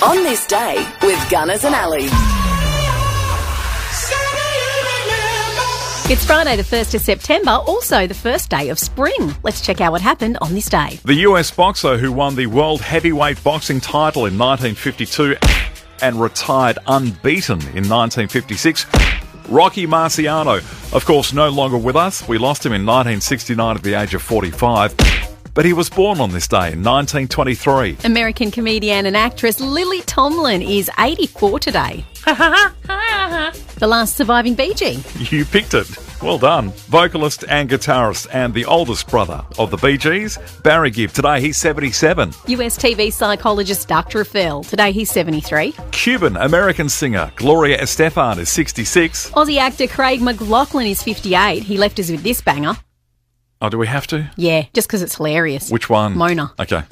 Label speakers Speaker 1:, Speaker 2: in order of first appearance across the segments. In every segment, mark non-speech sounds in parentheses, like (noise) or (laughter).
Speaker 1: On this day with Gunners and Alley.
Speaker 2: It's Friday, the 1st of September, also the first day of spring. Let's check out what happened on this day.
Speaker 3: The US boxer who won the world heavyweight boxing title in 1952 and retired unbeaten in 1956, Rocky Marciano. Of course, no longer with us. We lost him in 1969 at the age of 45. But he was born on this day in 1923.
Speaker 2: American comedian and actress Lily Tomlin is 84 today. the last surviving Bee Gee.
Speaker 3: (laughs) You picked it. Well done. Vocalist and guitarist and the oldest brother of the Bee Gees, Barry Gibb. Today he's 77.
Speaker 2: US TV psychologist Dr. Phil. Today he's 73.
Speaker 3: Cuban American singer Gloria Estefan is 66.
Speaker 2: Aussie actor Craig McLaughlin is 58. He left us with this banger.
Speaker 3: Oh, do we have to?
Speaker 2: Yeah, just because it's hilarious.
Speaker 3: Which one?
Speaker 2: Mona. (laughs)
Speaker 3: Okay.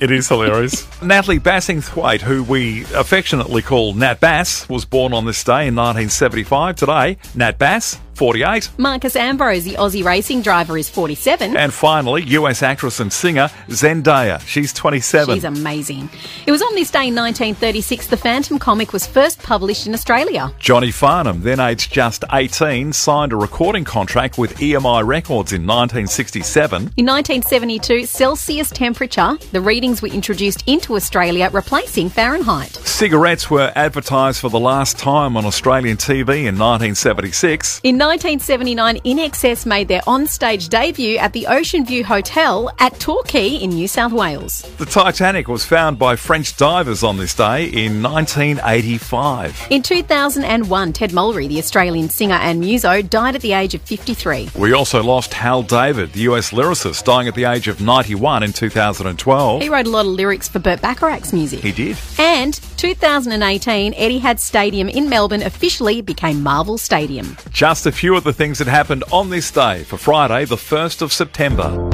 Speaker 3: It is hilarious. Natalie Bassingthwaite, who we affectionately call Nat Bass, was born on this day in 1975. Today, Nat Bass, 48.
Speaker 2: Marcus Ambrose, the Aussie racing driver, is 47.
Speaker 3: And finally, US actress and singer Zendaya. She's 27.
Speaker 2: She's amazing. It was on this day in 1936 the Phantom comic was first published in Australia.
Speaker 3: Johnny Farnham, then aged just 18, signed a recording contract with EMI Records in 1967.
Speaker 2: In 1972, Celsius temperature, the readings were introduced into Australia, replacing Fahrenheit.
Speaker 3: Cigarettes were advertised for the last time on Australian TV in 1976.
Speaker 2: In 1979, In Excess made their on-stage debut at the Ocean View Hotel at Torquay in New South Wales.
Speaker 3: The Titanic was found by French divers on this day in 1985.
Speaker 2: In 2001, Ted Mulry, the Australian singer and muso, died at the age of 53.
Speaker 3: We also lost Hal David, the US lyricist, dying at the age of 91 in 2012.
Speaker 2: He wrote a lot of lyrics for Burt Bacharach's music.
Speaker 3: He did.
Speaker 2: And 2018, Etihad Stadium in Melbourne officially became Marvel Stadium.
Speaker 3: Just a few of the things that happened on this day for Friday, the 1st of September.